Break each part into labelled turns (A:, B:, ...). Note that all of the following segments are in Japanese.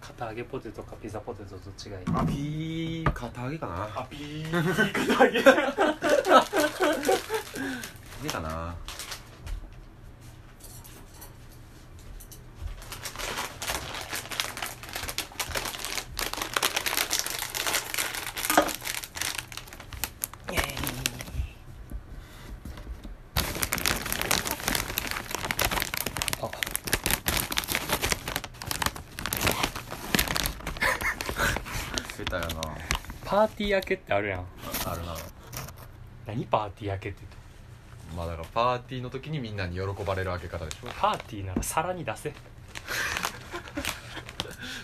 A: 片揚げポテトかピザポテトと違い
B: あピー片揚げかな
C: あピー肩上げ
B: いいかな
A: あ
B: 食ったよな
A: パーティー明けってあるやん
B: あるな
A: 何パーティー明けって
B: まあだからパーティーの時にみんなに喜ばれる開け方でしょ
A: パーティーなら皿に出せ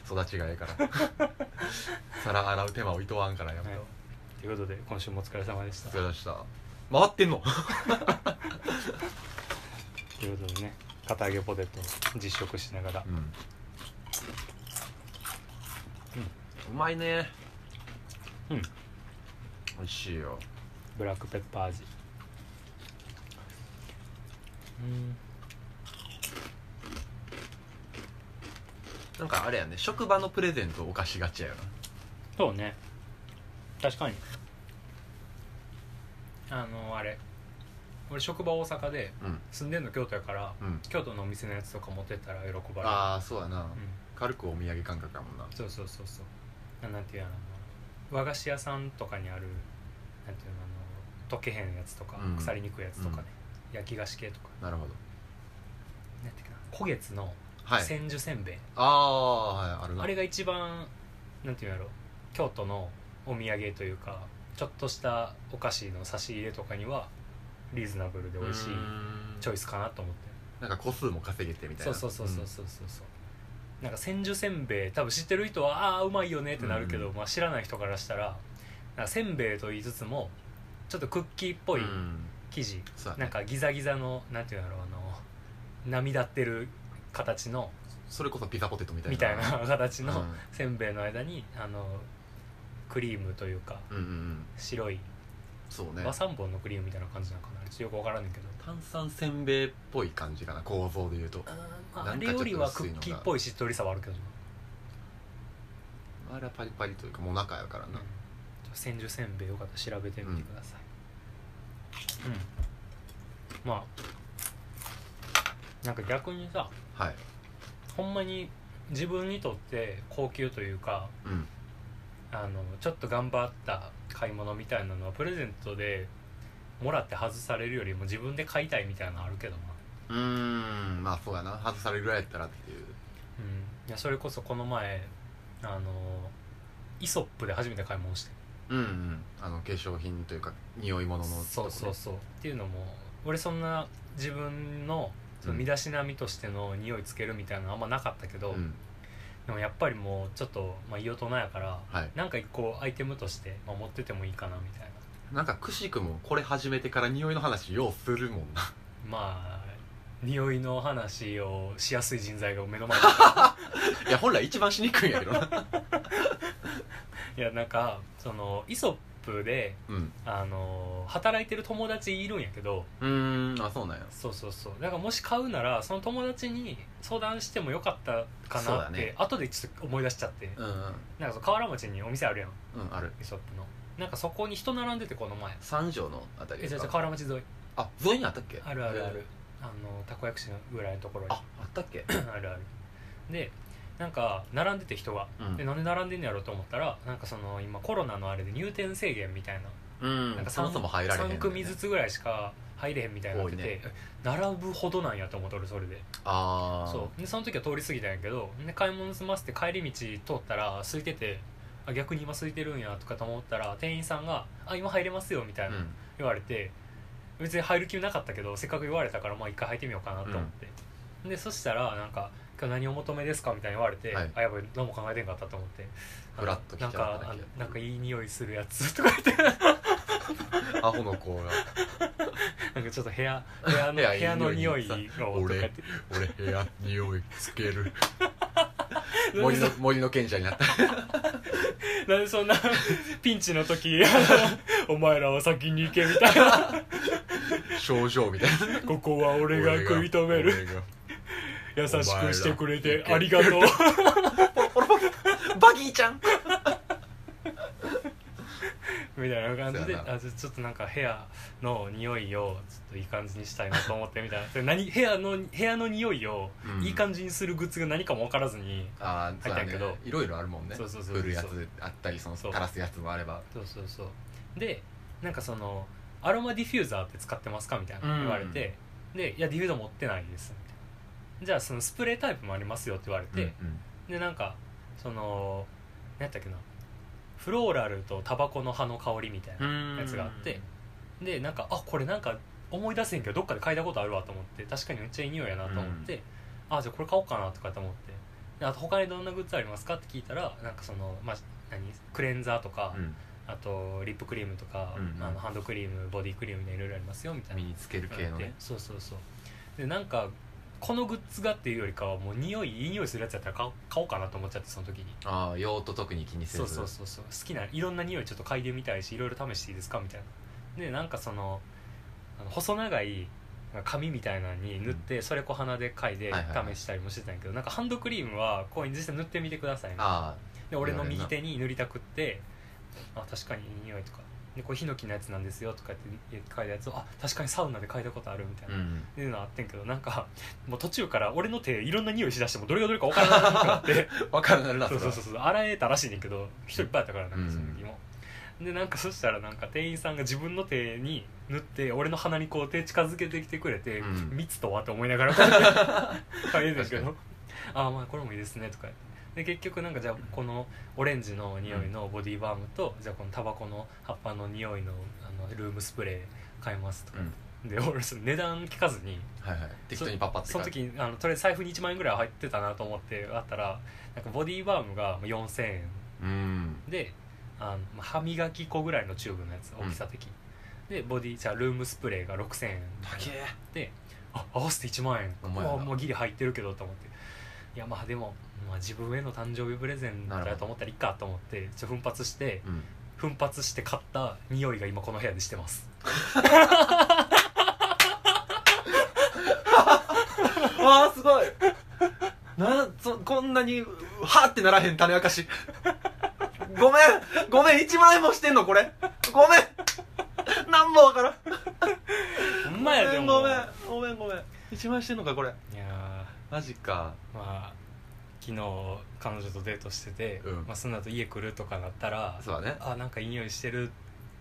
B: 育ちがええから皿洗う手間をいとわんからやめ
A: はい
B: よ
A: ということで今週もお疲れ様でした
B: お疲れ様でした回ってんの
A: ということでね片揚げポテトを実食しながら
B: うん、うまいね
A: うん
B: 美味しいよ
A: ブラックペッパー味うん
B: なんかあれやね職場のプレゼントお菓子がちやよな
A: そうね確かにあのあれ俺職場大阪で
B: うん
A: 住んでんの京都やから
B: うん
A: 京都のお店のやつとか持ってったら喜ばれる
B: ああそうやな、
A: う
B: 軽くお土産感覚やもんなん
A: そうそうそうそうななんていうのあの和菓子屋さんとかにあるなんていうのあの溶けへんやつとか、
B: うん
A: 腐りにくいやつとかね、焼き菓子系とか
B: なるほど
A: なんていうかな古月の
B: はい
A: 千住せんべい、
B: ああはいあるな
A: あれが一番なんていうんやろ京都のお土産というかちょっとしたお菓子の差し入れとかにはリーズナブルで美味しいチョイ
B: ス
A: スかなと思って
B: なんか個数も稼げてみたい
A: そう
B: な
A: そうそうそうそうそうそうなんか千住せんべい多分知ってる人はああうまいよねってなるけど、
B: うん
A: まあ、知らない人からしたらなんかせんべいと言いつつもちょっとクッキーっぽ
B: うん
A: い
B: うん
A: 生地、
B: そうやね
A: なんかギザギザのなんていうんだろうあの波立ってる形の
B: それこそピザポテトみたいな
A: みたいな形
B: うん
A: の、せんべいの間にあのクリームというか
B: うんうんうん
A: 白い
B: そうね
A: 和三本のクリームみたいな感じなのかなちょっとよくわからんねんけど
B: 炭酸せんべいっぽい感じかな構造で言うと
A: まあ
B: な
A: あ
B: んか
A: れ
B: ちょっと
A: よりは
B: 薄
A: ク
B: いの
A: ッ
B: が
A: キーっぽいしっとりさはあるけどな
B: あれはパリパリというかもう中やから
A: ち
B: な、
A: ょ千住せんべいよかったら調べてみてくださいうん、まあなんか逆にさ
B: はい
A: ほんまに自分にとって高級というか
B: うん
A: あのちょっと頑張った買い物みたいなのはプレゼントでもらって外されるよりも自分で買いたいみたいなのあるけどな、
B: うーんまあそうやな外されるぐらいやったらっていう
A: うん、いやそれこそこの前あのイソップで初めて買い物して
B: うんうんあの化粧品というか匂い物のとこ
A: そう
B: ね
A: そうそうっていうのも俺そんな自分のその身だしなみとしての匂いつけるみたいなのあんまなかったけど、
B: うん
A: でもやっぱりもうちょっと、まあ、いい大人やから
B: はい
A: なんか一個アイテムとして、まあ、持っててもいいかなみたいな
B: なんかくしくもこれ始めてから匂いの話ようするもんな
A: まあ匂いの話をしやすい人材が目の 前に
B: いや本来一番しにくいんやけどな
A: いやなんかそのイソップで
B: うん
A: あの働いてる友達いるんやけど
B: うーんあそうなんや
A: そうそうそうだからもし買うならその友達に相談してもよかったか
B: そう
A: な
B: だ
A: って、
B: ね
A: 後でちょっと思い出しちゃって、
B: うんうん
A: なんかその河原町にお店あるやん
B: うんある
A: イソップのなんかそこに人並んでてこの前
B: 三条のあたり
A: えじゃ
B: で
A: あ
B: す
A: 河原
B: か
A: 町沿い
B: あ沿いにあったっけ
A: あるあるあ
B: へ
A: る
B: ー
A: あのたこ焼き師のぐらいのところに
B: ああったっけ
A: あるあるでなんか並んでて人が、
B: うん
A: でなんで並んでんのやろうと思ったらなんかその今コロナのあれで入店制限みたいな,、
B: うん
A: なんか
B: そもそも入られへんねんね
A: 3組ずつぐらいしか入れへんみたいになってて、
B: 多いね
A: 並ぶほどなんやと思って俺それで
B: ああ
A: そうでその時は通り過ぎたんやけどで買い物済ませて帰り道通ったら空いててあ逆に今空いてるんやとかと思ったら店員さんが「あ今入れますよ」みたいな
B: うん
A: 言われて、別に入る気なかったけどせっかく言われたからまあ一回入ってみようかなと思って、でそしたらなんか「今日何お求めですか?」みたいに言われて「
B: はい
A: あやばい何も考えてんかった」と思ってあの
B: ふらっと来ちゃ
A: な
B: っ
A: ん
B: ただ
A: か
B: け
A: あなんかいい匂いするやつとか言って
B: アホの子が
A: なんかちょっと部 屋部屋の
B: 部
A: 部
B: 屋いい
A: 屋の
B: 匂
A: 匂
B: い
A: いをとか言っ
B: 俺
A: て
B: 俺部屋匂いつけ る森の森の賢者になった
A: なんでそんなピンチの時あのお前らは先に行けみたい な
B: 症状みたいな
A: ここは俺が食い止める
B: 俺が
A: 優しくしてくれてありがとう
B: バギーちゃん
A: みたいな感じ
B: そう
A: で
B: やな
A: あじゃあちょっとなんか部屋の匂いをちょっといい感じにしたいなと思ってみたいなで何部屋の部屋の匂いを
B: うん
A: いい感じにするグッズが何かも分からずに、
B: ああそうだ
A: 入ったんや
B: ね
A: けど
B: いろいろあるもんね
A: そうそうそう
B: 振るやつあったりその
A: そう
B: 垂らすやつもあれば
A: そうそうそうでなんかその「アロマディフューザーって使ってますか?」みたいな
B: うん
A: 言われて、で「いやディフューザー持ってないです」みたいなじゃあそのスプレータイプもありますよって言われて、
B: うん
A: でなんかその何やったっけなフローラルとタバコの葉の香りみたいな
B: うん
A: やつがあってでなんかあこれなんか思い出せんけどどっかで嗅いだことあるわと思って確かにめっちゃいい匂いやなと思って、あじゃあこれ買おうかなとかと思ってであと他にどんなグッズありますかって聞いたらなんかそのまあ何クレンザーとか、
B: うん
A: あとリップクリームとか、
B: うんうん
A: あのハンドクリームボディクリームみたいないろいろありますよみたい
B: 身
A: な
B: につける系のね
A: そうそうそうでなんかこのグッズがっていうよりかはもう匂いいい匂いするやつやったら買お買おうかなと思っちゃってその時に
B: ああ用途特に気にせず
A: そうそうそうそう好きないろんな匂いちょっと嗅いでみたいしいろいろ試していいですかみたいなでなんかそのあの細長い紙みたいなのに塗って、それこう鼻で嗅いで
B: はいはいはい
A: 試したりもしてたんやけど、なんかハンドクリームはこう実際塗ってみてくださいみたいな
B: あ
A: で俺の右手に塗りたくってあ確かにいい匂いとかでこれヒノキのやつなんですよとか言って書いたやつをあ確かにサウナで嗅いだことあるみたい
B: あう
A: な、っ
B: ん
A: ていうのはあってんけどなんかもう途中から俺の手いろんな匂いしだしてもどれがどれか分からなくなって
B: 分からんなるな
A: そうそうそうそう洗えたらしいねんけど一人いっぱいやったからなん
B: うん
A: かその時も、でなんかそしたらなんか店員さんが自分の手に塗って俺の鼻にこう手近づけてきてくれて、
B: うん
A: 蜜とはと思いながらこうやって 書いてたんですけど「ああまあこれもいいですね」とか言ってで結局なんかじゃあこのオレンジの匂いのボディバームと、じゃあこのタバコの葉っぱの匂いのあのルームスプレー買いますとか、で俺その値段聞かずに
B: はいはい適当にパッパって
A: その
B: 書いて
A: 時あのとりあえず財布に1万円ぐらい入ってたなと思ってあったらなんかボディバームが4000円
B: うん
A: であのまあ歯磨き粉ぐらいのチューブのやつ大きさ的、でボディじゃあルームスプレーが6000円
B: 高え
A: であ合わせて1万円
B: ほんまやな
A: あもうギリ入ってるけどと思っていやまあでも、まあ、自分への誕生日プレゼントだと思ったらいいかと思ってちょ奮発して
B: うん
A: 奮発して買った匂いが今この部屋でしてます
B: ああすごいなそこんなにうはーってならへん種明かし ごめんごめん1万円もしてんのこれごめん何もわからん
A: ほ
B: ご
A: んまやで
B: めん
A: も
B: ごめんごめんごめん1万円してんのかこれ
A: いや
B: マジか
A: ーまあ昨日彼女とデートしてて、
B: うん
A: まあ、その後家来るとかなったら
B: そうだね
A: あなんかいい匂いしてる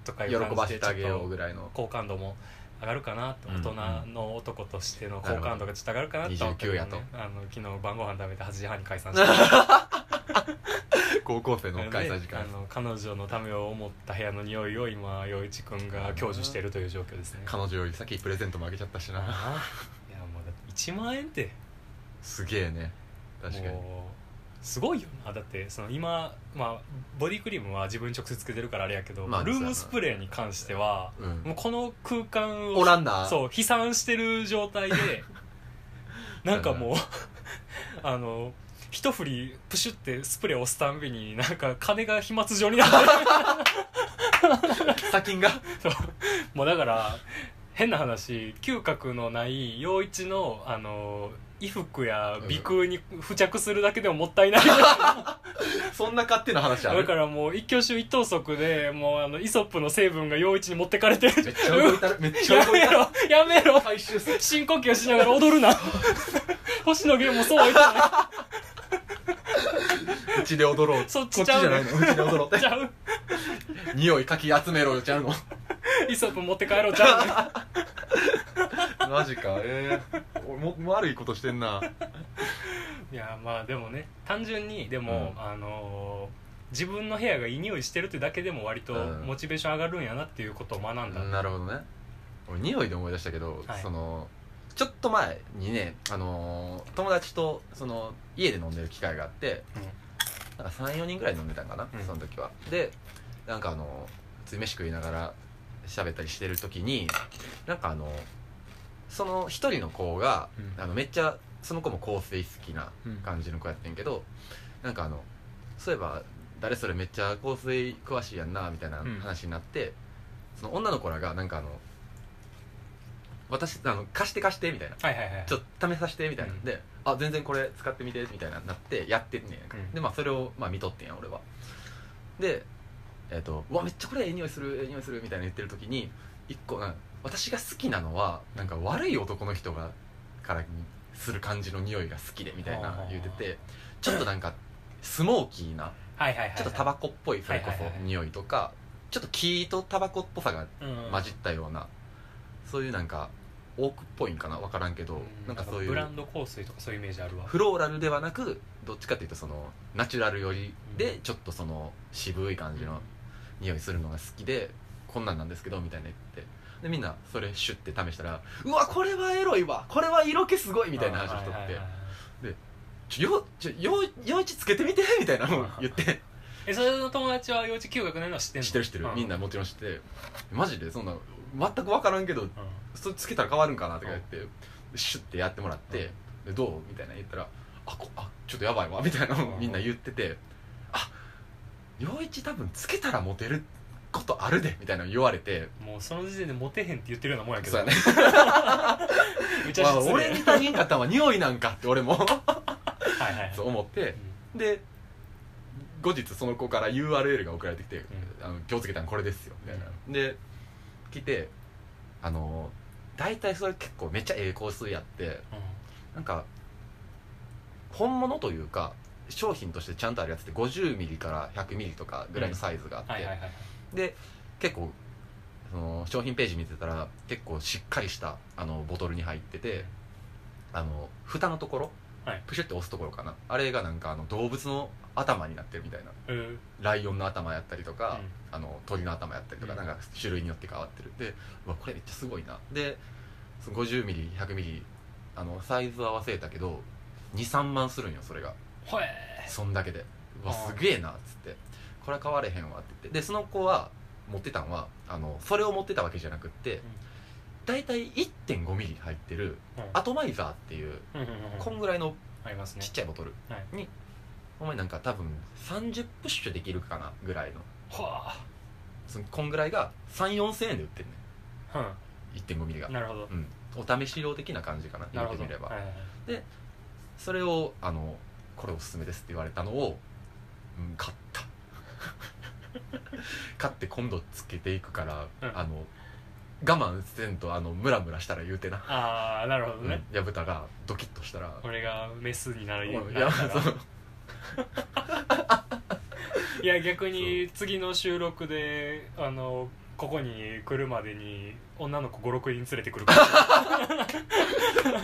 A: とかい
B: 喜
A: う感
B: ば
A: じ
B: せ
A: で
B: て
A: ちょっ
B: あげよう
A: と
B: ぐらいの
A: 好感度も上がるかなって、
B: うんうん
A: 大人の男としての好感度がちょっと上がるかなってって、
B: 29やと
A: あの昨日晩ご飯食べて8時半に解散 した
B: 高校生
A: の
B: の開催時間
A: あの彼女のためを思った部屋の匂いを今陽一君が享受しているという状況ですね
B: 彼女より先プレゼントもあげちゃったしな
A: ああいやもうだって1万円って
B: すげえね確かに
A: もうすごいよなだってその今、まあ、ボディクリームは自分に直接つけてるからあれやけど、
B: まあ
A: ルームスプレーに関しては
B: うん
A: もうこの空間を
B: おらんな
A: そう飛散してる状態 でなんかもうあの一振りプシュってスプレー押すたんびになんか金が飛沫状 になって
B: 砂金が
A: るもうだから変な話嗅覚のない陽一のあの衣服や鼻腔に付着するだけでもも ったいない
B: そんな勝手な話あ
A: だ
B: る
A: からもう一挙手一投足でもうあのイソップの成分が陽一に持ってかれて
B: め
A: る
B: っちゃ動いたるめっちゃ
A: や
B: 動い
A: め
B: たる
A: ろやめろ
B: 回収する
A: 深呼吸しながら踊 るな星野源もそうは言ってないう
B: ちで踊ろう
A: そっ
B: こ
A: ちち
B: っちじ
A: ゃうね
B: ゃないのうちで踊ろうって
A: ちゃう
B: 匂いかき集めろよちゃうの
A: イソップ持って帰ろうちゃうね
B: マジかええ俺も悪いことしてんない
A: やまあでもね単純にでも、
B: うん
A: あのー自分の部屋がいい匂いしてるってだけでも割と
B: うん
A: モチベーション上がるんやなっていうことを学んだ、
B: なるほどね俺匂いで思い出したけど、
A: はい
B: そのちょっと前にね、あのー友達とその家で飲んでる機会があって、なんか34人ぐらい飲んでたんかな、
A: うん
B: その時はでなんかあのー普通に飯食いながら喋ったりしてる時になんかあのーその一人の子が、
A: うん
B: あのめっちゃその子も香水好きな
A: うん
B: 感じの子やってんけどなんかあのそういえば誰それめっちゃ香水詳しいやんなみたいな話になって、その女の子らがなんかあの私あの貸して貸してみたいな
A: はいはいはい
B: ちょっと試させてみたいな、
A: うん
B: であ全然これ使ってみてみたいななってやってんねんやんか、
A: うん
B: でまあそれを、まあ、見とってんや俺はでえっ、と「うわめっちゃこれええ匂いするええ匂いする」みたいな言ってる時に一個なん私が好きなのはなんか悪い男の人がからする感じの匂いが好きでみたいな言っててちょっとなんかスモーキーな
A: はいはいはいはい
B: ちょっとタバコっぽいそれこ
A: はいはいはい
B: そ
A: はい
B: 匂いとかちょっと木とタバコっぽさが
A: うん
B: 混じったようなそういうなんかオークっぽいんかな分からんけど
A: うん
B: なんかそうい
A: ブラ
B: う
A: ンド香水とかそういうイメージあるわ
B: フローラルではなくどっちかっていうとそのナチュラル寄り
A: う
B: で
A: ん
B: ちょっとその渋い感じの匂いするのが好きでこんなんなんですけどみたいな言ってでみんなそれシュッて試したら「うわこれはエロいわこれは色気すごい」みたいな話をしと
A: あー
B: っ
A: はいはい
B: て
A: はいはい
B: 「ちょよちょよよいちつけてみて」みたいなのを言って
A: えそれの友達は幼稚9学年の知ってんの
B: 知ってる知ってるみんなもちろん知ってマジでそんな全く分からんけど
A: うん
B: それつけたら変わるんかなとか言ってシュッてやってもらって「でどう?」みたいな言ったら「あこあちょっとやばいわ」みたいなの
A: う
B: を
A: ん
B: みんな言ってて「あ陽一多分つけたらモテることあるで」みたいなの言われて
A: もうその時点でモテへんって言ってるようなもんやけ
B: そう
A: ど
B: や ね
A: めっ
B: 「
A: ちゃ
B: わ
A: 失礼
B: 俺に他人かったんは匂いなんか」って俺も
A: はいはい
B: そう思ってで後日その子から URL が送られてきて「あの気をつけたんこれですよ」みたいなで来てあの大体それ結構めっちゃええ香水やって
A: うん
B: なんか本物というか商品としてちゃんとあるやつって 50mm から 100mm とかぐらいのサイズがあって、
A: はいはいはい
B: で結構その商品ページ見てたら結構しっかりしたあのボトルに入っててあの蓋のところ、
A: はい
B: プシュって押すところかなあれがなんかあの動物の頭になってるみたいな
A: うん
B: ライオンの頭やったりとか、
A: うん
B: あの鳥の頭やったりとか
A: うん
B: なんか種類によって変わってるでうわこれめっちゃすごいなで 50mm100mm あのサイズは忘れたけど23万するんよそれが
A: ほえ
B: そんだけでうわ
A: あー
B: すげえなっつってこれは買われへんわって言ってでその子は持ってたんはあのそれを持ってたわけじゃなくって大体 1.5mm 入ってる
A: うん
B: アトマイザーっていう
A: うんうんうんうん
B: こんぐらいの
A: ありますね
B: ちっちゃいボトル
A: はい
B: に、お前なんか多分30プッシュできるかなぐらいの
A: は
B: そのこんぐらいが34000円で売ってるね
A: あ
B: 1 5ミリが
A: うん、なるほど
B: うん、お試し用的な感じかな
A: な
B: 言
A: る
B: っ
A: ほ
B: て
A: ど
B: みれば、
A: はいはいはい
B: それをあの「これおすすめです」って言われたのを、うん、買った 買って今度つけていくから、
A: うん
B: あの我慢せんとあのムラムラしたら言うてな、
A: ああなるほど
B: うん
A: ね、
B: やぶたがドキッとしたら
A: 俺がメスになるよう
B: うん
A: に
B: い
A: な
B: や
A: った
B: そ
A: ら
B: う
A: いや逆に次の収録であのここに来るまでに女の子56人連れてくるから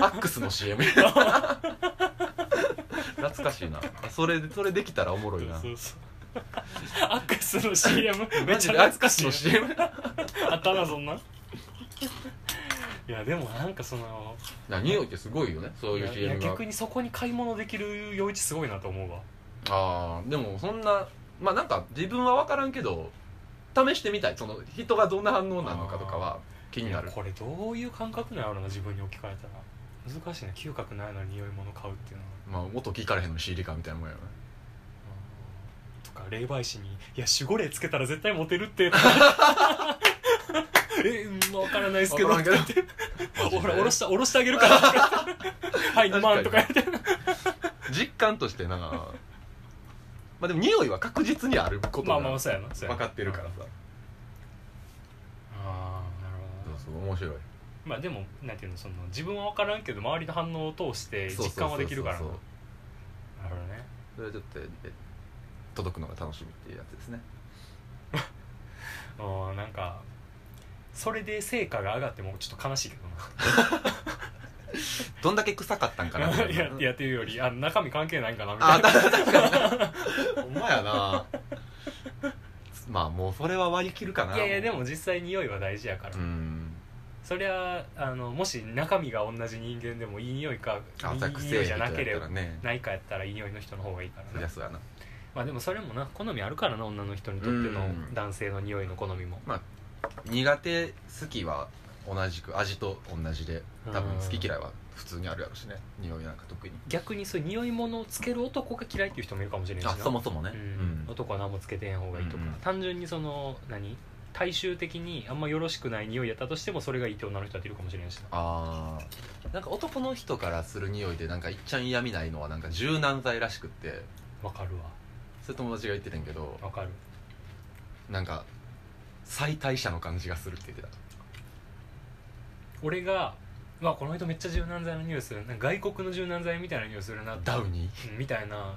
B: アックス の CM 懐かしいなそれそれできたらおもろいな
A: そう そうそうアックスの CM めっちゃ
B: マジで
A: 懐
B: アック
A: か
B: ス
A: しい
B: の CM
A: あったなそんなんいやでもなんかその
B: な匂いってすごいよねそういう
A: いや
B: CM が
A: 逆にそこに買い物できる陽一すごいなと思うわ
B: ああでもそんなまあなんか自分は分からんけど試してみたいその人がどんな反応なのかとかは気になる
A: これどういう感覚なんやろな自分に置き換えたら難しいな嗅覚ないのに匂い物買うっていうのは
B: まあ音聞かれへんのに CD かみたいなもんやろね
A: とか霊媒師に「いや守護霊つけたら絶対モテるって」 えうん分からないですけど」
B: わからんけどマジで
A: ほら下ろした下ろしてあげる から」とか言ってはい2
B: 確か
A: 万」
B: に
A: とか言って
B: 実感としてな まあでも匂いは確実にあること
A: ま
B: が
A: あまあそうやなそうや
B: 分
A: な
B: かってるからさ
A: ああなるほ
B: そ
A: ど
B: う
A: な
B: そう面白い
A: まあでもなんていうのその自分は分からんけど周りの反応を通して
B: そうそうそう
A: 実感はできるからな
B: そう
A: なるほどね
B: それはちょっとえ届くのが楽しみっていうやつですね
A: うんなんかそれで成果が上がってもちょっと悲しいけどな
B: どんだけ臭かったんかなみ たい
A: い
B: な
A: やいやっていうよりあ中身関係ないんかなみた
B: あ
A: いな
B: 確かにほんまや なまあもうそれは割り切るかない
A: いやいやでも実際匂いは大事やから、
B: うん
A: そりゃあのもし中身が同じ人間でもいい匂いか
B: 浅く
A: いい
B: せ
A: 匂
B: え
A: いじゃなければ
B: ね
A: ないかやったらいい匂いの人の方がいいか
B: そ
A: ら
B: りゃ
A: な
B: そうやな
A: まあでもそれもな好みあるからな女の人にとっての
B: うん
A: 男性の匂いの好みも
B: 苦手好きは同じく味と同じで多分
A: うん
B: 好き嫌いは普通にあるやろうしね匂いなんか特に
A: 逆にそういう匂い物をつける男が嫌いっていう人もいるかもしれないしな
B: あそもそもね
A: うん男は何もつけてへん方がいいとか、
B: うんうん
A: 単純にその何大衆的にあんまよろしくない匂いやったとしてもそれがいいって女の人だっているかもしれんしな
B: あーなんか男の人からする匂いでなんかいっちゃん嫌みないのはなんか柔軟剤らしくって
A: わかる
B: それ友達が言ってたんやけど
A: わわかる
B: なんか最代謝の感じがするって言ってた
A: 俺が「まあこの人めっちゃ柔軟剤の匂いするな外国の柔軟剤みたいな匂いするな」
B: ダウニー
A: うんみたいな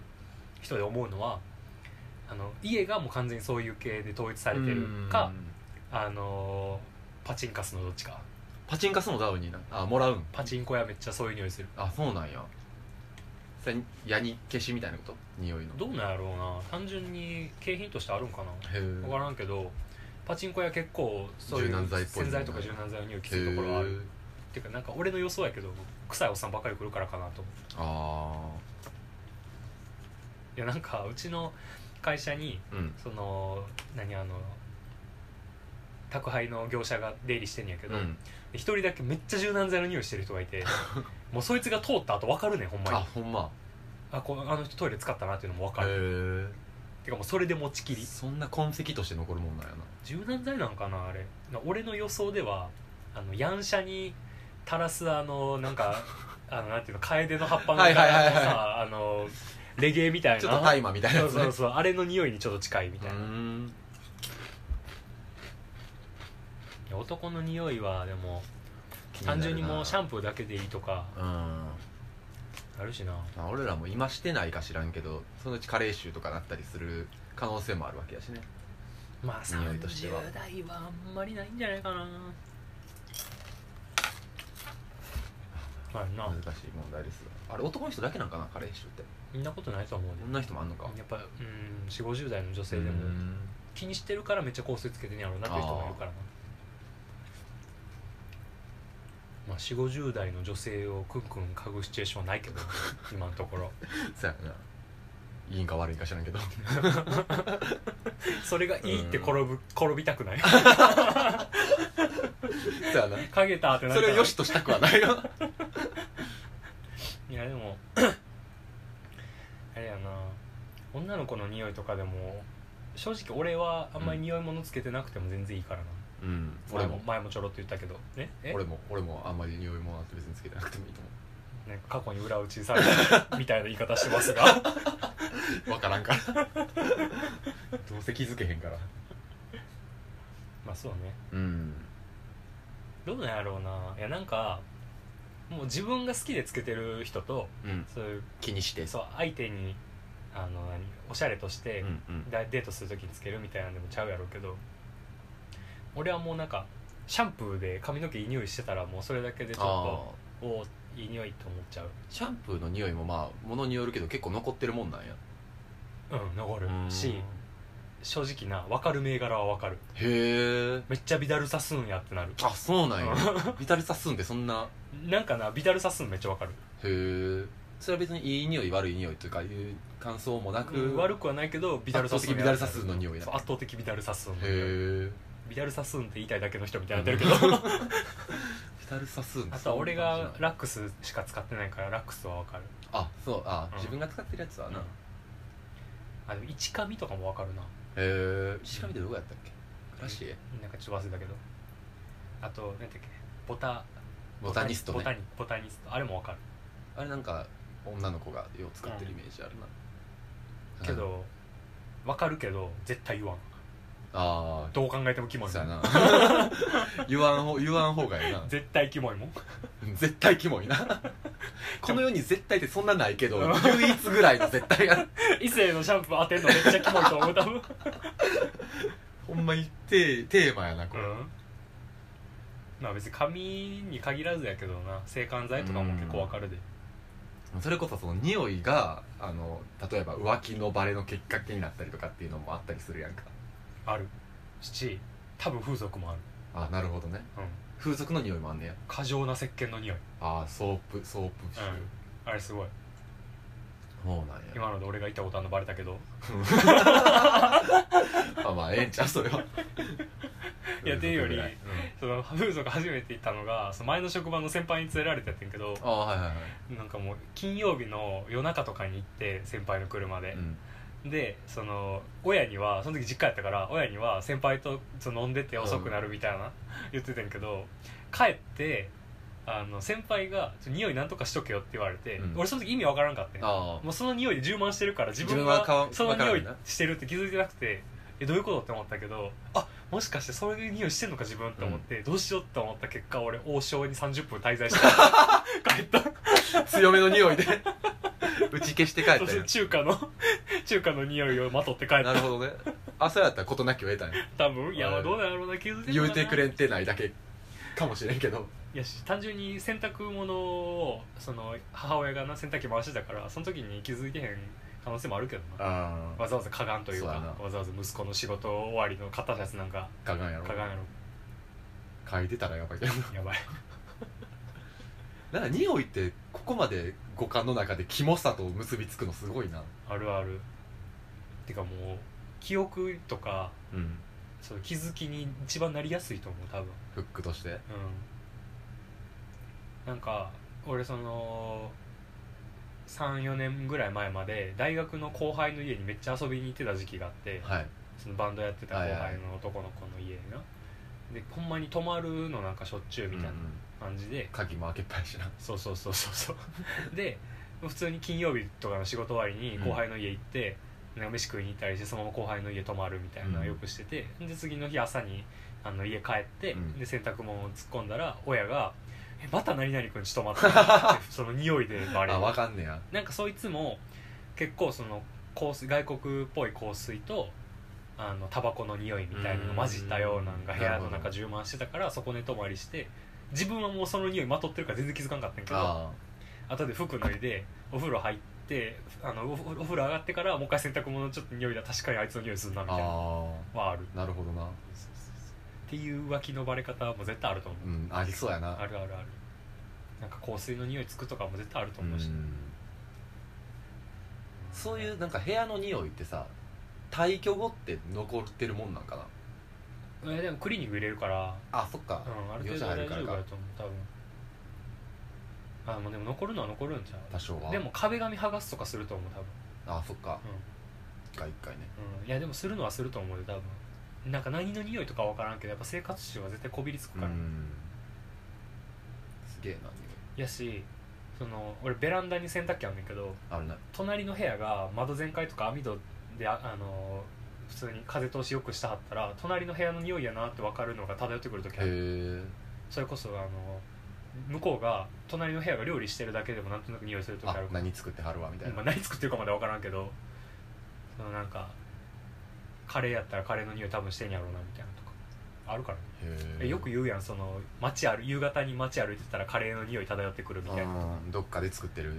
A: 人で思うのはあの家がもう完全にそういう系で統一されてるか
B: うん
A: あのーパチンカスのどっちか
B: パチンカスもダウニーなあもらうん
A: パチンコ屋めっちゃそういう匂いする
B: あそうなんやそれヤニ消しみたいなこと匂いの
A: どうなんやろうな単純に景品としてあるんかな
B: へ
A: 分
B: え
A: からんけどパチンコ屋結構そういう
B: 柔軟剤っぽい
A: 洗剤とか柔軟剤の匂いきついところはあるっていうかなんか俺の予想やけど臭いおっさんばっかり来るからかなと思う
B: あ
A: いやなんかうちの会社に
B: あうん
A: その何あの宅配の業者が出入りしてんやけど、
B: うん
A: 一人だけめっちゃ柔軟剤の匂いしてる人がいて もうそいつが通った後分かるねんほんま
B: あ
A: に
B: ほんま
A: あこのあの人トイレ使ったなっていうのも分か
B: へ
A: る、
B: え
A: てかもうそれで持ちきり
B: そんな痕跡として残るもんなんやな
A: 柔軟剤なんかなあれな俺の予想ではあのヤンシャに垂らすあのなん かあのなんていうのカエデの葉っぱの
B: はいはいはいはい
A: さあのレゲエみたいな
B: ちょっと大麻みたい
A: そ
B: なや
A: う
B: つ
A: そう
B: ね
A: そうあれの匂いにちょっと近いみ
B: う
A: たいな、い
B: ーん
A: や男の匂いはでも
B: 気な
A: 単
B: るな
A: 純にもうシャンプーだけでいいとか
B: うんま
A: あるしな
B: あ俺らも今してないか知らんけどそのうち加齢臭とかなったりする可能性もあるわけやしね
A: まあ
B: 匂いとしては
A: 30代はあんまりないんじゃないかなまあな
B: 難しい問題ですがあれ男の人だけなんかな加齢臭って
A: みんなことないと思うで
B: こんな人もあんのか
A: やっぱうん4 5 0代の女性でも
B: うーん
A: 気にしてるからめっちゃ香水つけてんやろうなっていう人もいるからなまあ4 5 0代の女性をクンクン嗅ぐシチュエーションはないけ ど今のところ
B: そやないいんか悪いんか知らんけど
A: それがいいって転ぶ転びた くない
B: そやな
A: 嗅げたってな
B: そ
A: ったら
B: れを良しとしたくはないよ
A: いやでもあれやな女の子の匂いとかでも正直俺はあんまり匂い物つけてなくても全然いいからな、
B: うん
A: 俺
B: 俺
A: も
B: も
A: 前もちょろっと言ったけどええ
B: 俺も俺もあんまり匂いもあって別につけてなくてもいいと思
A: なんか過去に裏打ちされたみたいな言い方してます が
B: う分からんから どうせ気づけへんから
A: まあそうね
B: うん
A: どうなんやろうないやなんかもう自分が好きでつけてる人と
B: うん
A: そういう
B: 気にして
A: そう相手にあの何おしゃれとして、
B: うんうん
A: だデートする時につけるみたいなんでもちゃうやろうけど俺はもうなんかシャンプーで髪の毛いい匂いしてたらもうそれだけでちょっ
B: あ
A: と
B: ー
A: おおいい匂いと思っちゃう
B: シャンプーの匂いもまあものによるけど結構残ってるもんなんや
A: うん残るし
B: へ
A: 正直な分かる銘柄は分かる
B: え
A: めっちゃビダルサスーンやってなる
B: あそうなんやビタルサスンってそんな
A: なんかなビダルサスーンめっちゃ分かる
B: へえそれは別にいい匂い悪い匂いとかいう感想もなく
A: 悪くはないけどビダルサスーン
B: 圧倒的ビダルサスーンの匂いだ
A: そう圧倒的ビダルサスーンの匂い
B: へえ
A: ビダルサスーンって言いたいだけの人みたいにな ってるけど
B: ビタルサスン
A: あとは俺がラックスしか使ってないからラックスは分かる
B: あそうあ、
A: うん
B: 自分が使ってるやつはな、
A: うんあでも一紙とかも分かるな
B: へえ石上でどこやったっけクラシエ
A: なんかちょっと忘れたけどあと何だっけボタ
B: ボタニスト
A: ボタ
B: ね
A: ニボタニストあれもわかる
B: あれなんか女の子がよう使ってるイメージあるな、
A: けどわかるけど絶対言わん
B: あ
A: どう考えてもキ
B: あ
A: モい
B: そ
A: も
B: うんやな 言わんほう言わん方がええな
A: 絶対キモいもん
B: 絶対キモいなこの世に絶対ってそんなないけど唯一ぐらいの絶対が
A: 異性のシャンプー当てんのめっちゃキモいと思う多分、
B: ほんまにテーテーマやなこれ、
A: まあ別に髪に限らずやけどな制汗剤とかも結構わかるで
B: それこそその匂いがあの例えば浮気のバレのきっかけになったりとかっていうのもあったりするやんか
A: あるし多分風俗もある
B: あなるほどね
A: うん
B: 風俗の匂いもあんねや
A: 過剰な石鹸の匂い
B: ああソープソープ臭、
A: あれすごい
B: そうなんや
A: 今ので俺が言ったことあるのバレたけど
B: まあまあええんちゃうそれは
A: いやっていうより
B: んあ
A: その風俗初めて行ったのがその前の職場の先輩に連れられてやってんけど
B: あはいはいは
A: なんかもう金曜日の夜中とかに行って先輩の車で
B: い、、うん
A: でその親にはその時実家やったから親には先輩とその飲んでて遅くなるみたいな、言ってたんやけど帰ってあの先輩が「ちょ匂いなんとかしとけよ」って言われて、
B: うん
A: 俺その時意味わからんかったんや
B: あ
A: もうその匂いで充満してるから自分
B: 自分はか
A: が
B: わ
A: その
B: わか
A: 匂
B: らん
A: い
B: な
A: してるって気づいてなくてえどういうことって思ったけどあもしかしてそういう匂いしてんのか自分って思って、どうしようって思った結果俺王将に30分滞在して帰った
B: あ強めの匂いで打ち消して帰っ
A: そう
B: た
A: そ
B: ん
A: う 中華の中華の匂いをまとって帰っ
B: やな
A: た
B: るほどね朝やったら事なきを得たんや
A: 多分いやま
B: は
A: あ
B: い
A: どうなんやろうな気づいてんのか
B: 言う
A: な
B: てくれてないだけかもしれんけど
A: いやし単純に洗濯物をその母親がな洗濯機回してたからその時に気づいてへん可能性もあるけどな
B: ああ
A: わざわざかがんという
B: そうや
A: か
B: な
A: わざわざ息子の仕事終わりの片シャツなんか
B: かがんやろ
A: かがんやろ
B: 嗅いでたらやばいけど
A: やばい
B: なんか匂いってここまで五感の中でキモさと結びつくのすごいな
A: あるあるてかもう記憶とか
B: うん
A: そう気づきに一番なりやすいと思う多分
B: フックとして
A: うんなんか俺その34年ぐらい前まで大学の後輩の家にめっちゃ遊びに行ってた時期があって
B: はい
A: そのバンドやってた後
B: はいは
A: 輩
B: い
A: の男の子の家なでほんまに泊まるのなんかしょっちゅうみたいな
B: うんうん
A: 感じで
B: 鍵も開けっぱなしな
A: そうそうそうそうそう で普通に金曜日とかの仕事終わりに後輩の家行って、なんか飯食いに行ったりしてそのまま後輩の家泊まるみたいなのをよくしてて、で次の日朝にあの家帰って、
B: うん
A: で洗濯物を突っ込んだら親が「えまた何々君ち泊まった」 ってその匂いでバレ
B: あ
A: る
B: わかんねや
A: なんかそいつも結構その香水外国っぽい香水とあのタバコの匂いみたいなのが混じったようなのが
B: うん
A: 部屋の中充満してたからそこ寝泊まりして自分はもうその匂いまとってるから全然気づかんかったんやけど
B: あ
A: 後で服脱いでお風呂入ってあのおお風呂上がってからもう一回洗濯物ちょっと匂いだ確かにあいつの匂いするなみ
B: あ
A: たいな
B: あ
A: はある
B: あなるほどな
A: っていう浮気のバレ方も絶対あると思う
B: うんありそうやな
A: あるあるあるなんか香水の匂いつくとかも絶対あると思うし
B: うんそういうなんか部屋の匂いってさ退去後って残ってるもんなんかな
A: えでもクリーニング入れるから
B: あそっか
A: うん、ある程度
B: 容赦
A: 大
B: 入
A: 丈
B: るから
A: 夫
B: か
A: だと思う多分あもうでも残るのは残るんちゃ
B: 多少
A: う
B: は
A: でも壁紙剥がすとかすると思う多分
B: あそっか
A: うん
B: 一回一回ね
A: うんいやでもするのはすると思うよ多分なんか何の匂いとかは分からんけどやっぱ生活臭は絶対こびりつく
B: う
A: から、
B: んすげえな匂い
A: やしその俺ベランダに洗濯機あんねんけど
B: あるな
A: 隣の部屋が窓全開とか網戸であ、あのー普通に風通しよくしたはったら隣の部屋の匂いやなって分かるのが漂ってくる時ある
B: へ
A: それこそあの向こうが隣の部屋が料理してるだけでもなんとなく匂いする
B: え
A: 時あ
B: あ
A: るから
B: 何作ってはるわみたい
A: まあ、
B: な
A: 何作ってるかまで分からんけどそのなんかカレーやったらカレーの匂い多分してんやろうなみたいなとかあるからね、
B: へ
A: えよく言うやんその街ある夕方に街歩いてたらカレーの匂い漂ってくるみたいな
B: うんどっかで作ってる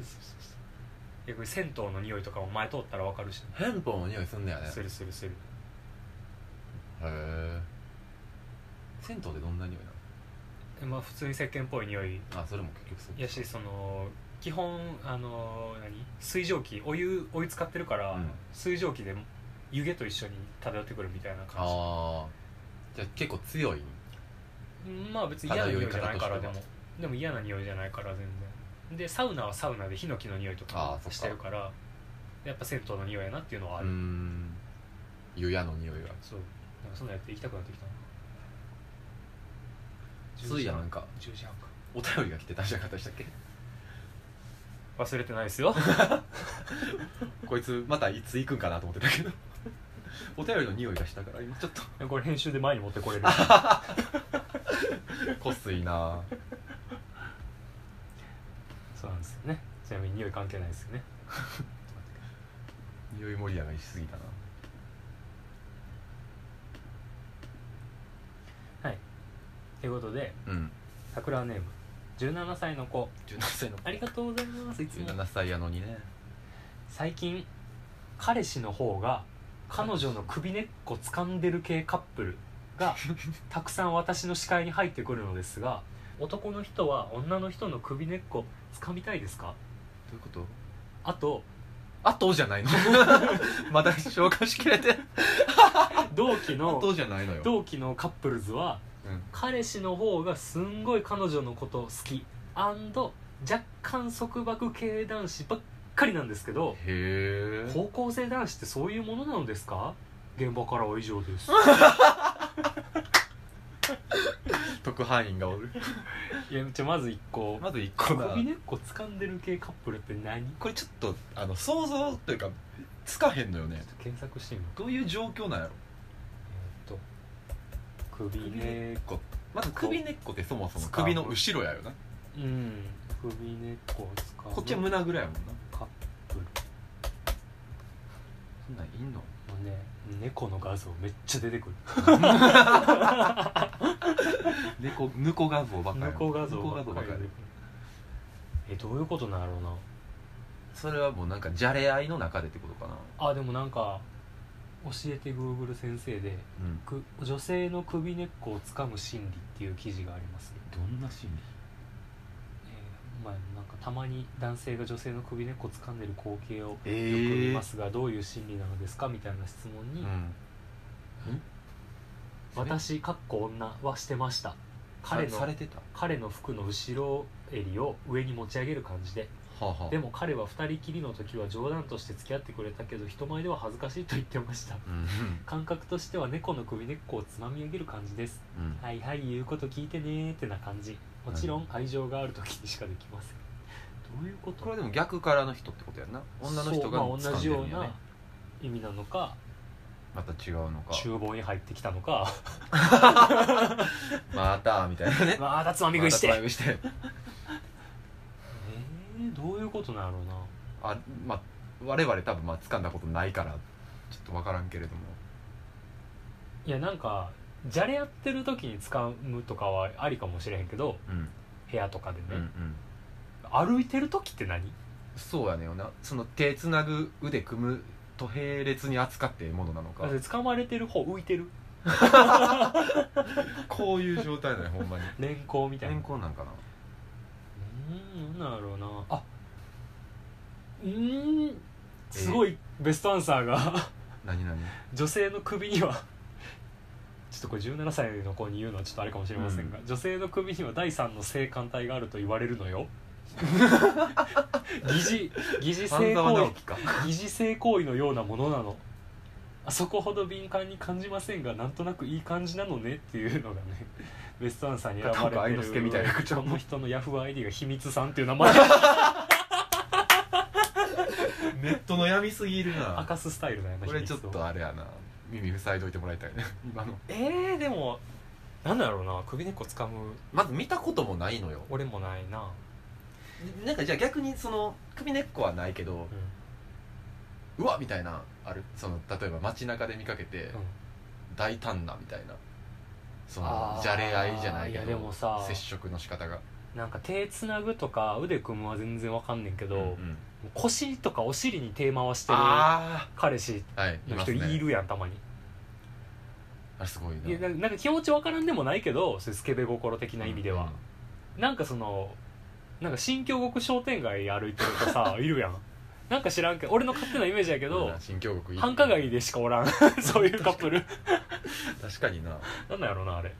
A: 逆に銭湯の匂いとかも前通ったら分かるし、
B: 変法の匂いすんねやね
A: するするする
B: へえ銭湯でどんな匂いな
A: でまあ普通に石鹸っぽい匂い
B: のあそれも結局そう
A: やしその基本あの何水蒸気お湯お湯使ってるから、
B: うん
A: 水蒸気で湯気と一緒に漂ってくるみたいな感じ
B: ああじゃあ結構強い
A: まあ別に嫌な匂いじゃないから
B: 漂い
A: でも
B: 方としては
A: でも嫌な匂いじゃないから全然でサウナはサウナでヒノキの匂いと
B: あ
A: か
B: ーそっか
A: してるからやっぱ銭湯の匂いやなっていうのはあ
B: う
A: る、
B: ん湯屋の匂いが
A: そうなんかそんなんやって行きたくなってきたな
B: そういやなんか
A: 10時半か
B: お便りが来て大事な方でしたっけ
A: 忘れてないですよ
B: こいつまたいつ行くんかなと思ってたけど お便りの匂いがしたから今ちょっと
A: これ編集で前に持って これる
B: こすいな
A: そうなんですよねちなみに匂い関係ないですよね
B: 匂い盛り上がりしすぎたな
A: はいということで
B: うん
A: 桜ネーム17歳の子
B: 17歳の
A: ありがとうございますいつも
B: 17歳やのにね
A: 最近彼氏の方が彼女の首根っこ掴んでる系カップルが たくさん私の視界に入ってくるのですが男の人は女の人の首根っこ掴みたいですか
B: どういうこと
A: あと
B: あとじゃないの まだ消化しきれて
A: 同期
B: あ
A: の
B: とじゃないのよ
A: 同期のカップルズは
B: うん
A: 彼氏の方がすんごい彼女のこと好き若干束縛系男子ばっかりなんですけど
B: へえ
A: 高校生男子ってそういうものなのですか現場からは以上 です
B: 特派員がおる
A: いやじゃあまず一個
B: まず一個な
A: 首根っこ掴んでる系カップルって何
B: これちょっとあの想像というかつかへんのよね
A: 検索してみよう
B: どういう状況なんやろ
A: えーっと首根っこ
B: こまず首根っこってそもそも
A: 使う
B: 首の後ろやよな
A: うん首根っこを掴む
B: こっちは胸ぐらいやもんな
A: カップル
B: そんなんいんの
A: もうね猫の画像めっちゃ出て くる
B: 猫ぬこ画像ばっかり
A: 猫画像ばっかり
B: ばっ
A: 出て
B: か
A: く
B: り
A: るえどういうことなんやろうな
B: それはもうなんかじゃれ合いの中でってことかな
A: あでもなんか教えて Google 先生で
B: うん
A: く女性の首根っこをつかむ心理っていう記事がありますね、
B: どんな心理
A: えーまあ、なんかたまに男性が女性の首根っこをつかんでる光景をよく見ますが、どういう心理なのですかみたいな質問に「
B: うん
A: 私かっこ女はしてました」
B: され
A: 彼の
B: されてたは
A: 彼の服の後ろ襟を上に持ち上げる感じで
B: あはあ
A: でも彼は2人きりの時は冗談として付き合ってくれたけど人前では恥ずかしいと言ってました
B: うん
A: 感覚としては猫の首根っこをつまみ上げる感じです
B: うんうん
A: はいはい言うこと聞いてねーってな感じもちろん愛情がある時にしかできませんどういうこと
B: これはでも逆からの人ってことやんな女の人が
A: そうまあ、同
B: 掴ん
A: じ
B: で
A: よ
B: る
A: うん
B: やね
A: な意味なのか
B: また違うのか
A: 厨房に入ってきたのか
B: またみたいな ね
A: またつまみ食いして、
B: またつまみ食いして
A: えー、どういうことなんやろうな
B: あまあ我々多分まあ掴んだことないからちょっと分からんけれども
A: いやなんかじゃれ合ってる時に使うとかはありかもしれへんけど
B: うん
A: 部屋とかでね、
B: うんうん
A: 歩いてる時って何
B: そうやねんよなその手つなぐ腕組むと並列に扱ってええものな
A: だ
B: の
A: っ
B: か
A: て掴まれてる方浮いてる
B: こういう状態だよほ んまに
A: 連行みたいな
B: 健康なんかな
A: うーんなんだろうなあうーんすごいベストアンサーが
B: 何 何
A: 女性の首には ちょっとこれ17歳の子に言うのはちょっとあれかもしれませんが、女性の首には第三の性感帯があると言われるの よ疑似疑似性行為
B: 半沢直樹か
A: 疑似性行為のようなものなのあそこほど敏感に感じませんがなんとなくいい感じなのねっていうのがね ベストアンサーに選ば
B: なんか愛
A: れ
B: 之
A: て
B: 助
A: る
B: みたいな口調
A: こ の人のヤフー ID が秘密さんっていう名前
B: ネットの闇すぎる
A: 明かすスタイルだよね
B: これちょっ
A: 秘密を
B: とあれやな耳塞いどいてもらいたいね今の
A: えー、でもなんだろうな首根っこ掴む
B: まず見たこともないのよ
A: 俺もないな、
B: なんかじゃあ逆にその首根っこはないけど
A: うん
B: うわみたいなあるその例えば街中で見かけて、大胆なみたいなその
A: あー
B: じゃれ合いじゃないけど
A: いやでもさ
B: 接触の仕方が
A: なんか手つなぐとか腕組むは全然わかんねんけど、
B: うんう
A: もうん腰とかお尻に手回してる
B: あ
A: 彼氏
B: あはいい
A: の
B: ま
A: 人
B: すね
A: いるやんたまに
B: あれすごい
A: いや
B: な
A: ななんか気持ちわからんでもないけどそういうスケベ心的な意味では、なんかそのなんか新京極商店街歩いてると さいるやんなんか知らんけど俺の勝手なイメージやけ
B: け
A: ど
B: 新京極いい
A: 繁華街でしかおらん そういうカップル
B: 確かにな
A: なんなんやろうなあれ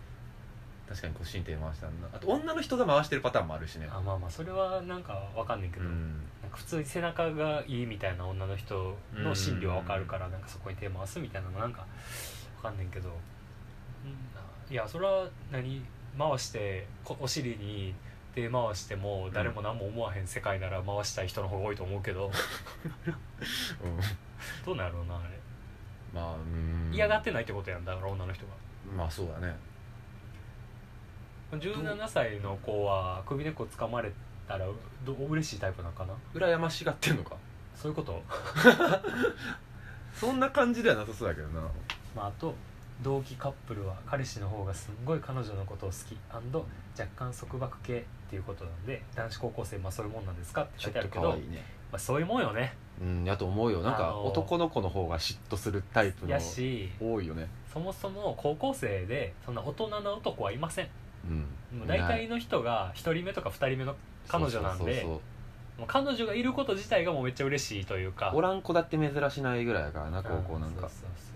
B: 確かに腰に手回したんなあと女の人が回してるパターンもあるしね
A: あまあまあそれはなんかわかんないけ
B: う
A: ど、
B: ん
A: なんか普通に背中がいいみたいな女の人の心理はわかるからなんかそこに手回すみたいなのなんかわかんないけど、うん、いやそれは何回してこお尻に手回しても誰も何も思わへん世界なら回したい人の方が多いと思うけ ど
B: うん
A: どうなんやろうなあれ
B: まあうん
A: 嫌がってないってことやんだから女の人が
B: まあそうだね
A: 17歳の子は首根っこ掴まれたらどう嬉しいタイプなんかな
B: 羨ましがってんのか
A: そういうこと
B: そんな感じではなさそうだけどな
A: まあ、あと同期カップルは彼氏の方がすんごい彼女のことを好き若干束縛系っていうことなんで男子高校生まあそういうもんなんですかって書いてあるけどま
B: いね
A: あ、そういうもんよね
B: うんやと思うよなん
A: あ
B: か
A: の
B: 男の子の方が嫉妬するタイプの
A: やし
B: 多いよね
A: そもそも高校生でそんな大人な男はいません
B: う
A: も
B: ん
A: う大体の人が1人目とか2人目の彼女なんで
B: そうそうそうそう
A: もう彼女がいること自体がもうめっちゃ嬉しいというか
B: おらん子だって珍しないぐらいやからな高校なん
A: う
B: か
A: そうそうそう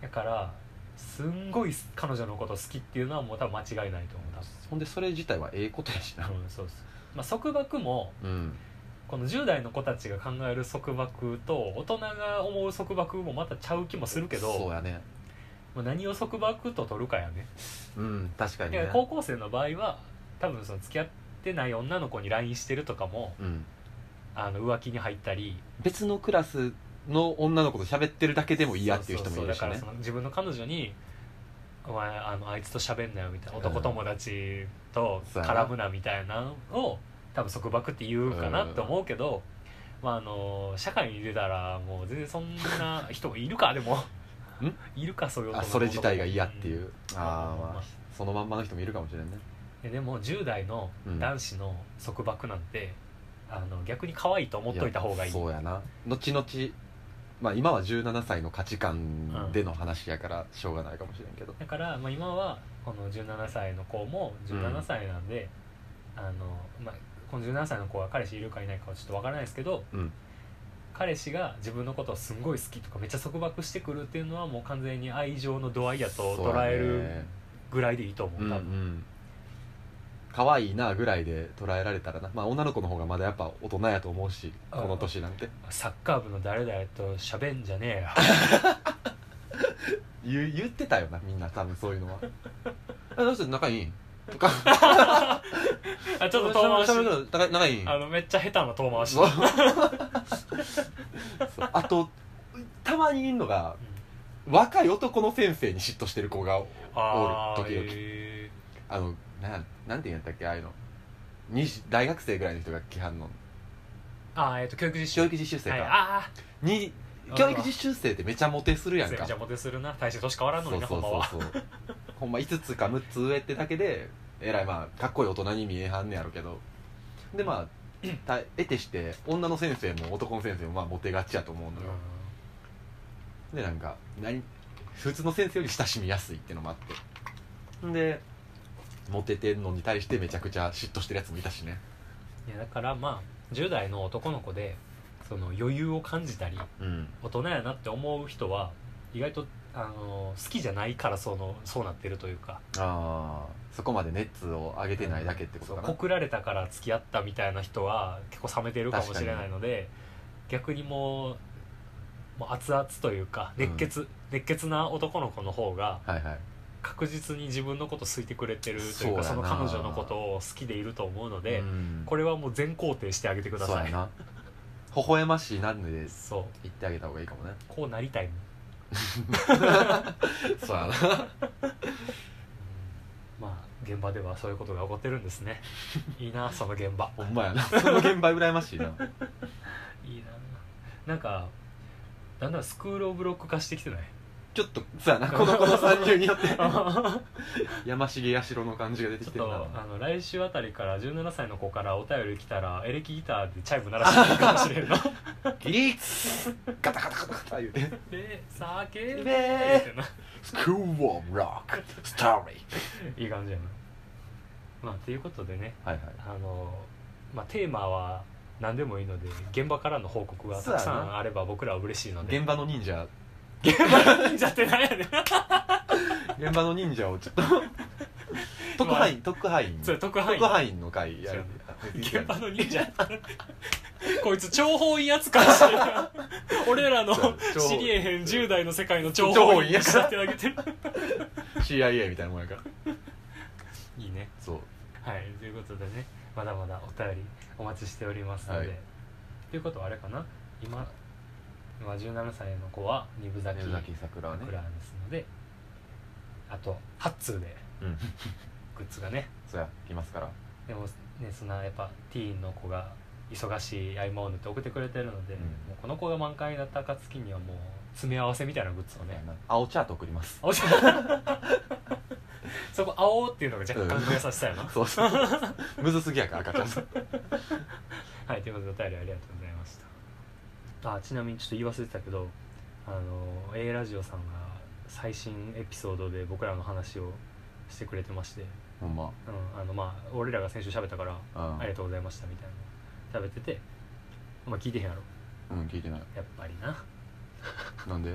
A: だからすんごい彼女のこと好きっていうのはもう多分間違いないと思う多分
B: ほんでそれ自体はええことやしな
A: うんそうそうまあ、束縛も
B: うん
A: この10代の子たちが考える束縛と大人が思う束縛もまたちゃう気もするけ
B: そう
A: ど
B: やね
A: もう何を束縛と取るかやね
B: うん確かに
A: いや
B: ね
A: 高校生の場合は多分その付き合ってない女の子に LINE してるとかも
B: うん、
A: あの浮気に入ったり
B: 別のクラスの女の子と喋ってるだけでも嫌っていう人もいるし
A: そうそうそうだから
B: ね
A: その自分の彼女に「お前あのあいつと喋んなよ」みたいな男友達と絡むなみたいなのを多分束縛って言うかなって思うけど、まああの社会に出たらもう全然そんな人もいるかでも
B: ん
A: いるかそういう男
B: あ
A: の子
B: それ自体が嫌っていう、
A: ん
B: ああ
A: まあまあ
B: ま
A: ま
B: あ
A: あ
B: そのまんまの人もいるかもしれんね
A: ででも10代の男子の束縛なんて、あの逆に可愛いと思っといた方がいい
B: やそうやな後々まあ今は17歳の価値観での話やからしょうがないかもしれんけど、
A: だから、まあ、今はこの17歳の子も17歳なんで、あのまあ、この17歳の子が彼氏いるかいないかはちょっとわからないですけど、
B: うん
A: 彼氏が自分のことをすんごい好きとかめっちゃ束縛してくるっていうのはもう完全に愛情の度合いやと
B: そうやね
A: 捉えるぐらいでいいと思う
B: うんう
A: 多分、
B: ん可愛いなぐらいで捉えられたらなまあ女の子の方がまだやっぱ大人やと思うしこ
A: あ
B: の年なんて
A: サッカー部の誰々と喋んじゃね
B: 言う言ってたよなみんな多分そういうの はあどうして仲いいんとか
A: えよ あ ちょっと遠回し
B: 喋る仲仲いいん
A: あのめっちゃ下手な遠回し
B: そうそうあとたまにいるのが若い男の先生に嫉妬してる子が
A: ああ
B: おる時々
A: え
B: あのなんなんて言うんやったっけああいうの二十大学生ぐらいの人が来はんの
A: ー、あーえっと教育実習
B: 教育実習生か、
A: はい、ああ
B: に教育実習生ってめちゃモテするやん
A: め
B: か
A: ちゃモテするな大して年変わらんの
B: そ
A: に
B: う
A: な
B: そう
A: ほんま
B: そう
A: は
B: そう ほんま5つか6つ上ってだけでえらいまあかっこいい大人に見えはんねやろけどでまあた得てして女の先生も男の先生もまあモテがちやと思うのよ、でなんか何普通の先生より親しみやすいってのもあってでモテてんのに対してめちゃくちゃ嫉妬してるやつもいたしね
A: いやだからまあ10代の男の子でその余裕を感じたり
B: うん
A: 大人やなって思う人は意外とあの好きじゃないからそのそうなってるというか
B: ああそこまで熱を上げてないだけってこと
A: そう
B: かな、
A: 告られたから付き合ったみたいな人は結構冷めてるかもしれないので逆にもうもう熱々というか熱血、熱血な男の子の方が
B: はいはい
A: 確実に自分のこと好いてくれてると
B: そう
A: い
B: や
A: う
B: な
A: かその彼女のことを好きでいると思うので、
B: うん
A: これはもう全肯定してあげてくだ
B: そう
A: さ
B: や
A: い
B: な微笑ましいなんで
A: そう
B: 言ってあげた方がいいかもね
A: こうなりたいもん
B: そうやな
A: まあ現場ではそういうことが起こってるんです ねいいなその現場
B: ほんまやな その現場羨ましいない
A: いななんかだんだんスクールオブロック化してきて ない
B: ちょっとそうやなこのこの三流によって山重八代の感じが出て
A: ちょっ
B: き
A: て
B: る
A: と
B: な
A: あの来週あたりから17歳の子からお便り来たらエレキギターでチャイム鳴らしてもいいかもしれんの
B: ギリッガタガタガタガタ言うて
A: で叫べー
B: べー
A: ってな
B: スクールオブロックストーリー
A: いい感じやなまあということでね
B: はいはい
A: あの、まあ、テーマは何でもいいので現場からの報告がたくさ
B: そうや
A: ん
B: な
A: あれば僕らは嬉しいので
B: 現場の忍者
A: 現場 忍者って何やねん
B: 現場の忍者をちょっ と特派員特派員
A: それ
B: 特
A: 特派員
B: 派員の会やる
A: 現 場の忍者こいつ諜報員扱いして るな俺らの
B: そう諜報
A: 知りえへん10代の世界の諜報員
B: 諜報員やから
A: 扱ってあげてる
B: CIA みたいなもんやから
A: いいね
B: そう
A: はいということでねまだまだお便りお待ちしておりますので、
B: はい
A: ということはあれかな今今17歳の子は二分咲き
B: 宮崎桜はね
A: クラーですのであと8通で
B: うん
A: グッズがね
B: そうや来ますから
A: でもねそんなやっぱティーンの子が忙しい合間を縫って送ってくれてるので、
B: うん
A: もうこの子が満開になった暁にはもう詰め合わせみたいなグッズをね
B: 青チャート送ります
A: 青 そこ青っていうのが若干の優しさやな、
B: そうそうむずすぎやから赤ちゃん
A: はいということでお便りありがとうございましたあちなみにちょっと言い忘れてたけどあの A ラジオさんが最新エピソードで僕らの話をしてくれてまして、
B: ほんま
A: うん、あのまあ俺らが先週喋ったから
B: うん
A: ありがとうございましたみたいなの食べててまあ聞いてへんやろ
B: うん聞いてない
A: やっぱりな
B: なんで
A: い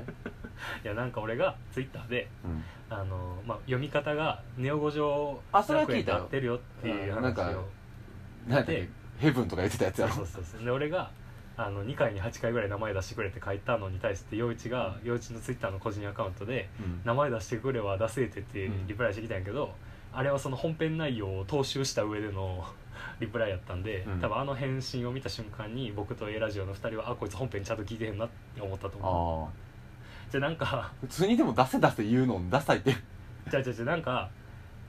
A: やなんか俺がツイッターで
B: うん
A: あの、まあ、読み方が「ネオ五条
B: あそれは聞いたよ
A: 合ってるよ」っていう
B: うんなん
A: 話
B: か
A: を
B: なんだっけ
A: で
B: ヘブンとか言ってたやつ
A: そ
B: や
A: う
B: ろ
A: そうそうそうで俺があの2回に8回ぐらい名前出してくれって書いたのに対して陽一が陽一のツイッターの個人アカウントで
B: うん
A: 「名前出してくれは出せ」って言って
B: うん
A: リプライしてきたんやけど、あれはその本編内容を踏襲した上での リプライやったんで、
B: うん
A: 多分あの返信を見た瞬間に僕と A ラジオの2人はあこいつ本編ちゃんと聞いてへんなって思ったと思
B: ああ
A: うじゃあなんか
B: 普通にでも出せ出せ言うのダサいって
A: じゃあじゃあじゃあなんか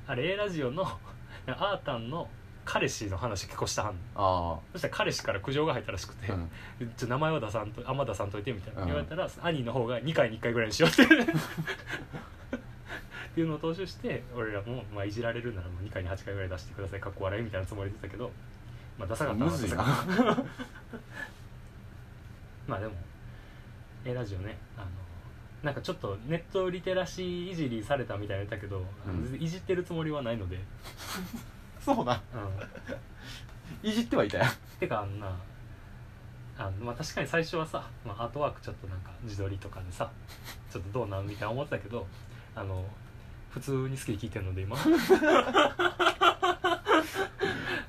A: あれ A ラジオのあーたんの彼氏の話結構したはんの
B: あ
A: そしたら彼氏から苦情が入ったらしくて、
B: あうん
A: ちょ名前は出さんとあんま出さんといてみたいな、
B: うん
A: 言われたら兄の方が2回に1回ぐらいにしようってっていうのを踏襲して俺らも、まあ、いじられるならもう2回に8回ぐらい出してくださいかっこ笑いみたいなつもりでしたけど、まあ、出さかったの
B: む
A: は
B: ず
A: 出
B: い
A: さ
B: な
A: かったまあでもえラジオねあのなんかちょっとネットリテラシーいじりされたみたいだったけど、あの
B: うん
A: 全然いじってるつもりはないので、
B: そうな
A: うん、
B: いじってはいたやん
A: てかあんなあの、まあ、確かに最初はさ、まあ、アートワークちょっとなんか自撮りとかで さちょっとどうなんみたいな思ってたけどあの普通に好きで聞いてるので今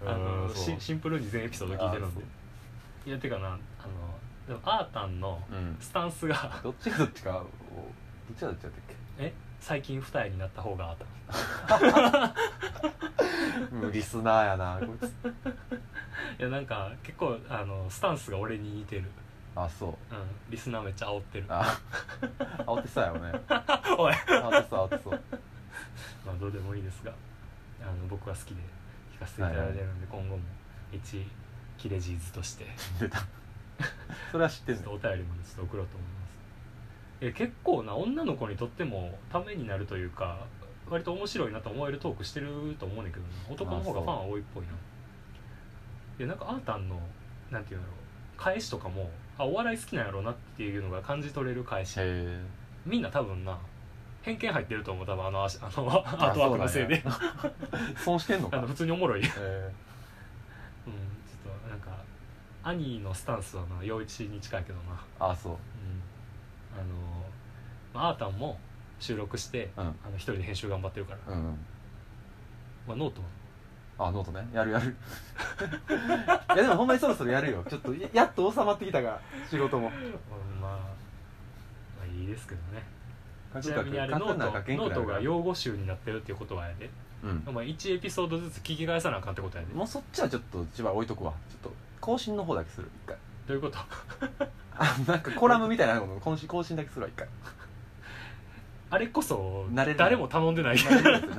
A: あ
B: う
A: の
B: んそう
A: シシンプルに全エピソード聞いてるので
B: あ
A: いやてかなあのでもアータンの
B: うん
A: スタンスが
B: どっちがどっちかをどっちがどっちだったっ
A: え最近二重になった方がアータン
B: けうんリスナーやなこいつ
A: いやなんか結構あのスタンスが俺に似てる、
B: あそう
A: うん、リスナーめっちゃ煽ってる
B: あ 煽ってそうやよね
A: おい
B: 煽ってそう煽ってそう
A: まあどうでもいいですがあの僕は好きで聞かせていただいてるので、今後も一キレジーズとして
B: 出たそれは知って
A: ちょ
B: ん
A: っ
B: ね
A: とお便りもちょっと送ろうと思いますえ結構な女の子にとってもためになるというか割と面白いなと思えるトークしてると思うねんだけどな男の方がファンは多いっぽいないやなんかあーたんのなんていうんだろう返しとかもあお笑い好きなんやろうなっていうのが感じ取れる返し
B: へえ
A: みんな多分な偏見入ってると思う多分あのあしあのアートワークのせいで
B: 損してんの
A: あ
B: か
A: の普通におもろいうんちょっ
B: え
A: となんか兄のスタンスはな陽一に近いけどな、うん、
B: ー、あそ
A: あ
B: う
A: のまああーたんも収録して、
B: うん
A: あの一人で編集頑張ってるから、
B: うんうん
A: まあ、ノート
B: あノートねやるやる いやでもほんまにそろそろやるよちょっとややっと収まってきたから仕事も
A: うんまあ、まあいいですけどねちな
B: 簡
A: みにあ
B: 単
A: れノ
B: な
A: ー
B: 書
A: ト
B: けんくな
A: ノー
B: るから
A: トが用語集になってるっていうことはやで、
B: うん
A: まあ、1エピソードずつ聞き返さなあかんってことやでど
B: もうそっちはちょっと千葉置いとくわちょっと更新の方だけする一回
A: ういうこと
B: あなんかコラムみたいなの更新更新だけするわ一回
A: あれこそ
B: 慣れる
A: 誰も頼んで ない
B: 慣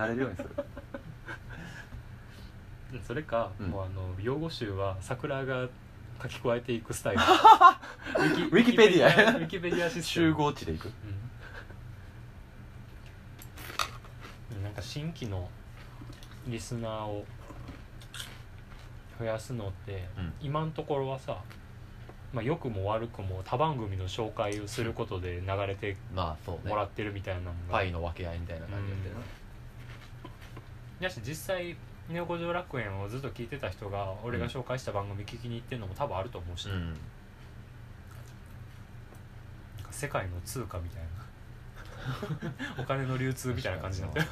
B: れるようにする慣れるようにする
A: それか、
B: うん
A: もうあの用語集は桜が書き加えていくスタイルウ
B: ウィキペディア
A: ウィキペディアシステム
B: 集、合地で行く
A: うん、なんか新規のリスナーを増やすのって、
B: うん
A: 今のところはさまあ、良くも悪くも他番組の紹介をすることで流れて
B: まあそう
A: もらってるみたいなのが、
B: の分け合いみたいな
A: 感じやったよなやし実際「ネオ五条楽園」をずっと聞いてた人が俺が紹介した番組聞きに行ってるのも多分あると思うし、
B: ん
A: 世界の通貨みたいな お金の流通みたいな感じ になってる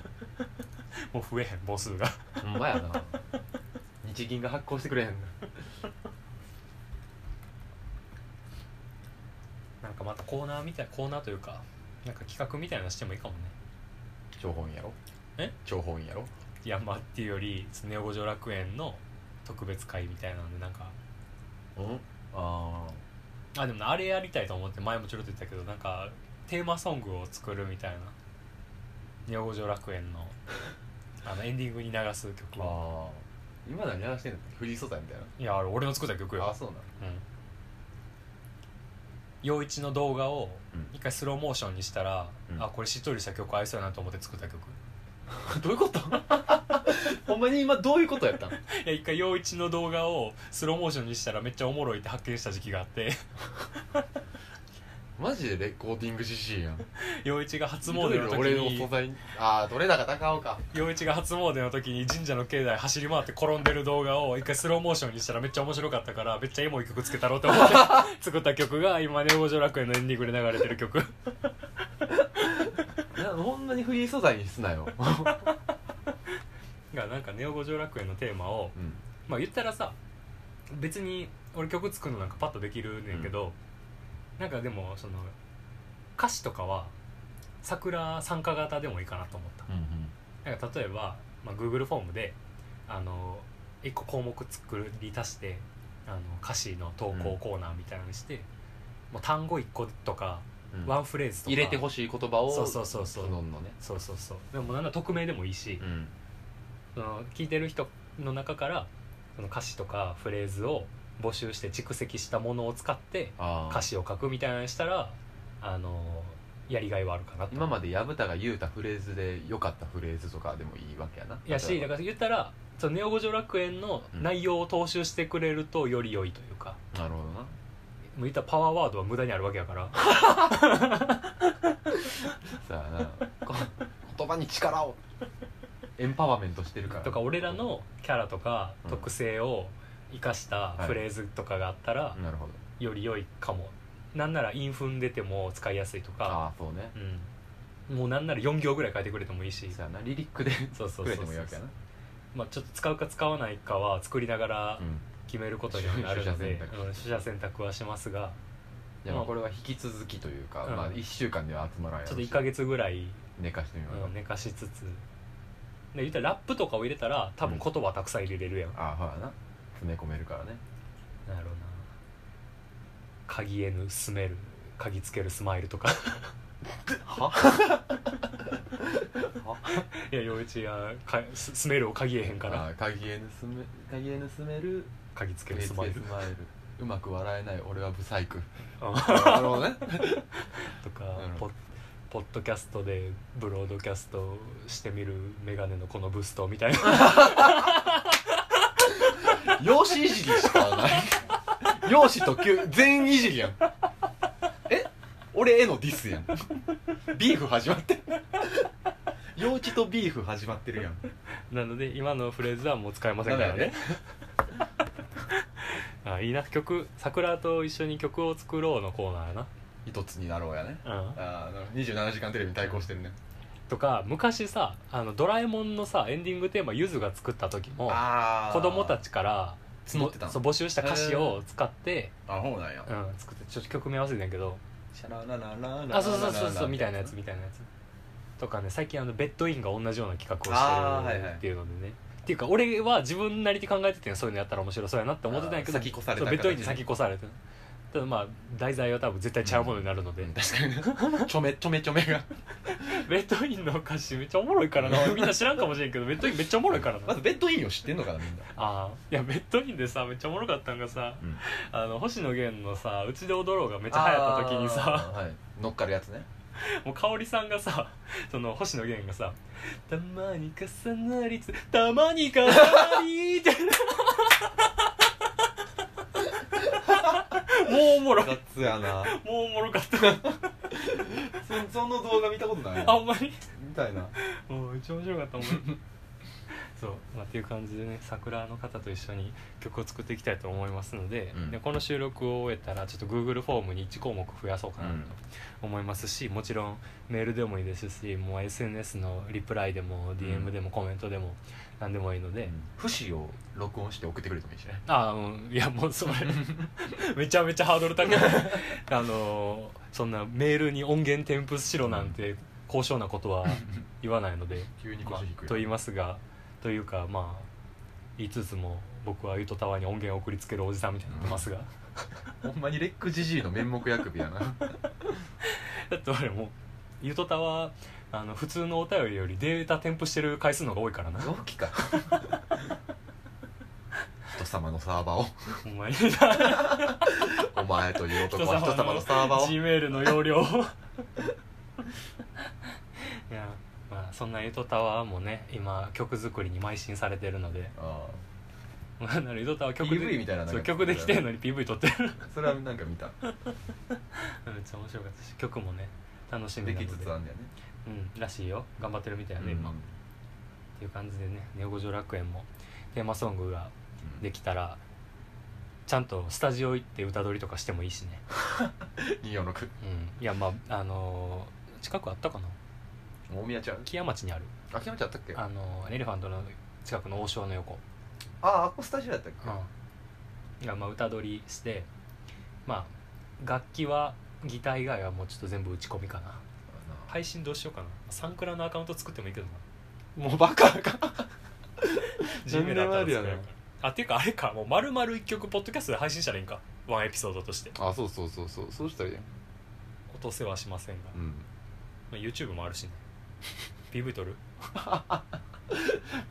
A: もう増えへん母数が
B: ほんまや な日銀が発行してくれへん
A: なんかまたコーナーみたいコーナーというかなんか企画みたいなのしてもいいかもね
B: 張本やろ
A: え
B: 張本やろ
A: いやまあっていうよりネオ五条楽園の特別会みたいなんでなんか
B: うんあ
A: あでもなあれやりたいと思って前もちょろっと言ったけどなんかテーマソングを作るみたいなネオ五条楽園の あのエンディングに流す曲
B: ーあー今何話してんのフリー素材みたい
A: いやあれ俺の作った曲よ
B: なあそうな
A: うん陽一の動画を
B: うん
A: 一回スローモーションにしたら、
B: うん
A: あこれしっとりした曲合いそうやなと思って作った曲
B: どういうことほんまに今どういうことやったの
A: いや一回陽一の動画をスローモーションにしたらめっちゃおもろいって発見した時期があって
B: マジでレコーディング CC やん
A: 陽一が初
B: いろ
A: 詣
B: い
A: の
B: ろ
A: 時
B: 俺の素
A: に
B: 材ああどれだか高おうか
A: 陽一が初詣の時に神社の境内走り回って転んでる動画を一回スローモーションにしたらめっちゃ面白かったからめっちゃエモい曲つけたろうと思って 作った曲が今「ネオ女楽園」のエンディングで流れてる曲
B: いやほんまにフリー素材にすなよ、
A: がなんか「ネオ五条楽園」のテーマを
B: うん、
A: まあ言ったらさ別に俺曲作るのなんかパッとできるねんけど、なんかでもその歌詞とかは桜参加型でもいいかなと思った
B: うんうん
A: なんか例えば、まあ、Google フォームであの1個項目作り足してあの歌詞の投稿コーナーみたいなのにして、もう単語1個とか、
B: うん
A: ワンフレーズとか
B: 入れてほしい言葉を
A: そうそうそうそう
B: どんどんね
A: そうそうそうでもなんなら匿名でもいいし、
B: ん
A: その聞いてる人の中からその歌詞とかフレーズを募集して蓄積したものを使って
B: あ
A: 歌
B: あ
A: 詞を書くみたいなのにしたらあのやりがいはあるかなと
B: 今まで薮田が言うたフレーズで良かったフレーズとかでもいいわけやな
A: やしだ
B: 例えば
A: から言ったらそのネオ五条楽園の内容を踏襲してくれるとより良いというか、
B: なるほどな
A: もう言ったらパワーワードは無駄にあるわけやから
B: さあなこ言葉に力を エンパワーメントしてるから
A: とか俺らのキャラとか
B: うん
A: 特性を生かしたフレーズとかがあったら
B: なるほど
A: より良いかも、なんならインフン出ても使いやすいとか
B: ああそうね
A: うん、もうなんなら4行ぐらい書いてくれてもいいし
B: さあなリリックで
A: そうそう
B: く
A: そ
B: れ
A: う
B: てもいい
A: そ
B: わ
A: う
B: けやな
A: まあちょっと使うか使わないかは作りながら
B: うん
A: 決めることにはなるので
B: 取捨選
A: う
B: 択
A: ん取捨選択はしますが
B: じゃ
A: ま
B: あま
A: あ
B: あこれは引き続きというか
A: うん
B: まあ1週間では集まらない
A: ちょっと1ヶ月ぐらい、
B: 寝かしてみようか
A: うん寝かしつつで言ったらラップとかを入れたら多分言葉たくさん入れれるやん、
B: ああほらな詰め込めるからね
A: なるほどな鍵へぬすめる鍵つけるスマイルとか
B: は はい
A: や陽一はかすすめるを鍵へへんから
B: あー鍵へ盗め鍵へ盗める
A: 鍵つけ
B: ケ
A: る
B: ツ
A: ス
B: ス
A: マ
B: マ
A: イ
B: イ
A: ル
B: ルうまく笑えない俺はブ サイク
A: うん
B: なるほどね
A: とか、
B: うん
A: ポッポッドキャストでブロードキャストしてみるメガネのこのブストみたいな
B: 容姿いじりしかない容姿ときゅ全員いじりやんえ俺へのディスやんビーフ始まってる陽一とビーフ始まってるやん
A: なので今のフレーズはもう使えませんからねあいいな曲「桜と一緒に曲を作ろう」のコーナーや
B: 一つになろうやね
A: な、うん、
B: ああ27時間テレビに対抗してるね
A: とか昔さ「あのドラえもん」のさエンディングテーマゆずが作った時も
B: あ
A: 子供た
B: ち
A: ちから
B: 募ってたの
A: そう募集した歌詞を使って、
B: あほうなんや
A: うん、作ってちょっと曲名忘れてんだけど
B: シャラララララ
A: あそうそうそうそうみたいなやつ
B: う
A: みたいなやつとかね最近あのベッドインが同じような企画
B: あ
A: を
B: ー
A: して
B: はいは
A: るっ
B: い
A: ていうのでね、っていうか俺は自分なりで考えててそういうのやったら面白そうやなって思ってたんやけど
B: あー先越された
A: そうベッドインに
B: 形
A: 先
B: で
A: 越されてただまあ題材は多分絶対ちゃうものになるので、
B: ん確かにねちょめちょめちょめが
A: ベッドインの歌詞めっちゃおもろいからなみんな知らんかもしれんけどベッドインめっちゃおもろいからな
B: まずベッドインを知ってんのかなみんな
A: ああいやベッドインでさめっちゃおもろかったんがさ、
B: うん
A: あの星野源のさ「うちで踊ろう」がめっちゃ流行った時にさ
B: あーはい乗っかるやつね
A: もう香織さんがさその星野源がさ「たまに重なりつたまに重なり」 ってもうおもろいもう
B: 雑やな
A: おもろかった
B: そその動画見たことない
A: あんまり
B: みたいな
A: もうめっちゃ面白かったもん そう、まあ、っていう感じでね桜の方と一緒に曲を作っていきたいと思いますので,、
B: うん
A: でこの収録を終えたらちょっと Google フォームに1項目増やそうかなと思いますし、もちろんメールでもいいですしもう SNS のリプライでも DM でもコメントでも何でもいいので、
B: 節を録音して送ってくれてもいいしね
A: ああうんいやもうそれ めちゃめちゃハードル高 いあのーそんなメールに音源添付しろなんて高尚なことは言わないので
B: 急に
A: まあ
B: 腰低い、
A: と言いますがというかまあ言いつつも僕はゆとたわに音源を送りつけるおじさんみたいになってますが、
B: ほんまにレックジジイの面目やくびやな
A: だって俺もうゆとたわあの普通のお便りよりデータ添付してる回数の方が多いからな
B: 臓器か 人様のサーバーを
A: お前に な
B: お前という男は人様のサーバー
A: G
B: を
A: メールの容量を いやまあそんなゆとたわもね今曲作りに邁進されてるの で
B: あ
A: なんならゆとたわ曲
B: PV みたいなのが
A: そう曲できてるのに PV 撮ってる
B: あそれはなんか見た
A: めっちゃ面白かったし曲もね楽しみな
B: で
A: ので
B: きつつあんだよね
A: うんらしいよ頑張ってるみたいやね、今っていう感じでね「ネオ五条楽園」もテーマソングが
B: で
A: できたらちゃんとスタジオ行って歌取りとかしてもいいしね、
B: 246
A: うん、いやまああのー近くあったかな
B: 大宮ちゃん
A: 木屋町にある、
B: 秋山ちゃんあったっけあ
A: あのーエレファントの近くの王将の横、
B: ああっこスタジオやったっけ
A: うんがまあ歌取りしてまあ楽器はギター以外はもうちょっと全部打ち込みかな配信どうしようかなサンクラのアカウント作ってもいいけどな
B: もうバカか
A: G メールアカウント作れ
B: 何でもあ
A: る
B: りや
A: からあっていうかあれかもう丸々1曲ポッドキャストで配信したらいいんかワンエピソードとして
B: あそうそうそうそうそうしたらいいやん
A: 落とせはしませんが、
B: うん
A: まあ、YouTube もあるしね PV 撮る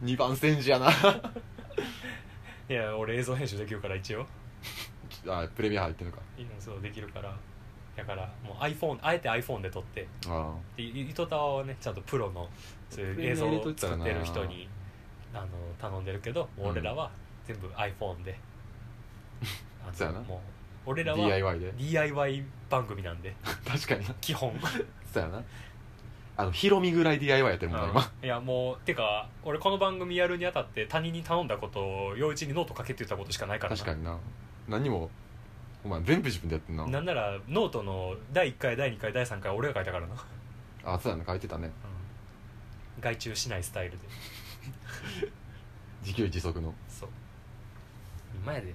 B: 2番煎じやな
A: いや俺映像編集できるから一応
B: あプレミア入ってんのか
A: いいのそうできるからだからもう iPhone あえて iPhone で撮って
B: あ
A: でい糸田はねちゃんとプロのそういう映像を作ってる人にあの頼んでるけどもう俺らは全部 iPhone で、あの
B: そうやな
A: もう俺
B: あ
A: らは
B: DIY で
A: DIY 番組なんで
B: 確かにな
A: 基本
B: そうやなあのヒロミぐらい DIY やってるもんな今
A: いやもうてか俺この番組やるにあたって他人に頼んだことを陽一にノート書けって言ったことしかないからな
B: 確かにな何もお前全部自分でやってんな
A: なんならノートの第1回第2回第3回俺が書いたからな、
B: あそうやな書いてたね
A: 外注しないスタイルで
B: 自給自足の
A: そう今やで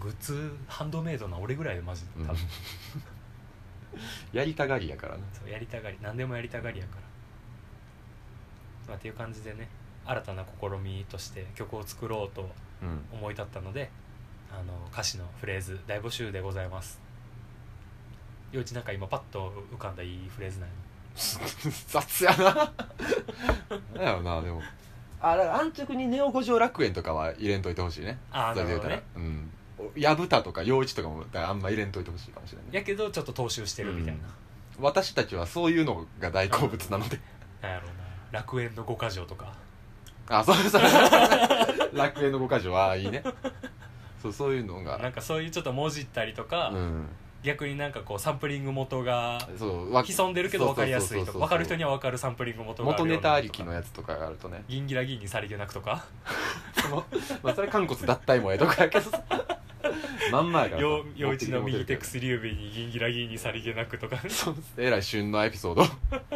A: グッズハンドメイドな俺ぐらいよマジで
B: うん
A: 多分、
B: やりたがりやからな
A: そうやりたがり何でもやりたがりやから、まあ、っていう感じでね新たな試みとして曲を作ろうと
B: うん
A: 思い立ったのであの歌詞のフレーズ大募集でございます陽一なんか今パッと浮かんだいいフレーズない
B: 雑やななんやろなでもあだから安直にネオ五条楽園とかは入れんといてほしいね
A: あー
B: それで言うたら
A: なる
B: うんやぶたとか陽一とかもだからあんま入れんといてほしいかもしれないね
A: やけどちょっと踏襲してるみたいな、
B: うん私たちはそういうのが大好物なので
A: なんやろうな楽園の五箇条とか
B: あそうそうそ う楽園の五箇条はいいねそうそういうの
A: なん
B: が
A: かそういうちょっともじったりとか、
B: うん
A: 逆になんかこうサンプリング元が
B: そうわ
A: 潜んでるけど分かりやすいとか
B: そうそうそうそう
A: 分かる人には分かるサンプリング元があ
B: 元
A: るよ
B: ネ
A: うな
B: タあ
A: と
B: り
A: か
B: きのやつとかがあるとね
A: ギンギラギンにさりげなくと か
B: そのまあそれ韓骨脱退もええ とかやけどさまんまやからさ
A: よ陽一の右手薬指にギンギラギンにさりげなくとか
B: そうえらい旬のエピソー ド
A: だか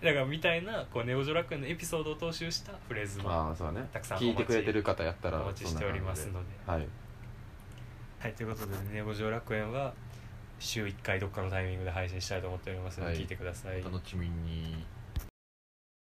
A: らみたいなこうネオジョラクエのエピソードを踏襲したフレーズも
B: ああそうだね
A: たくさんお
B: 聞
A: 待
B: い
A: ち
B: てくれてる方やった
A: お
B: ら
A: 待ちしておりますので
B: そんな感じで
A: はいということでネオジョ楽園は週1回どっかのタイミングで配信したいと思っておりますので、
B: はい
A: 聞いてくださ
B: はいいお楽しみに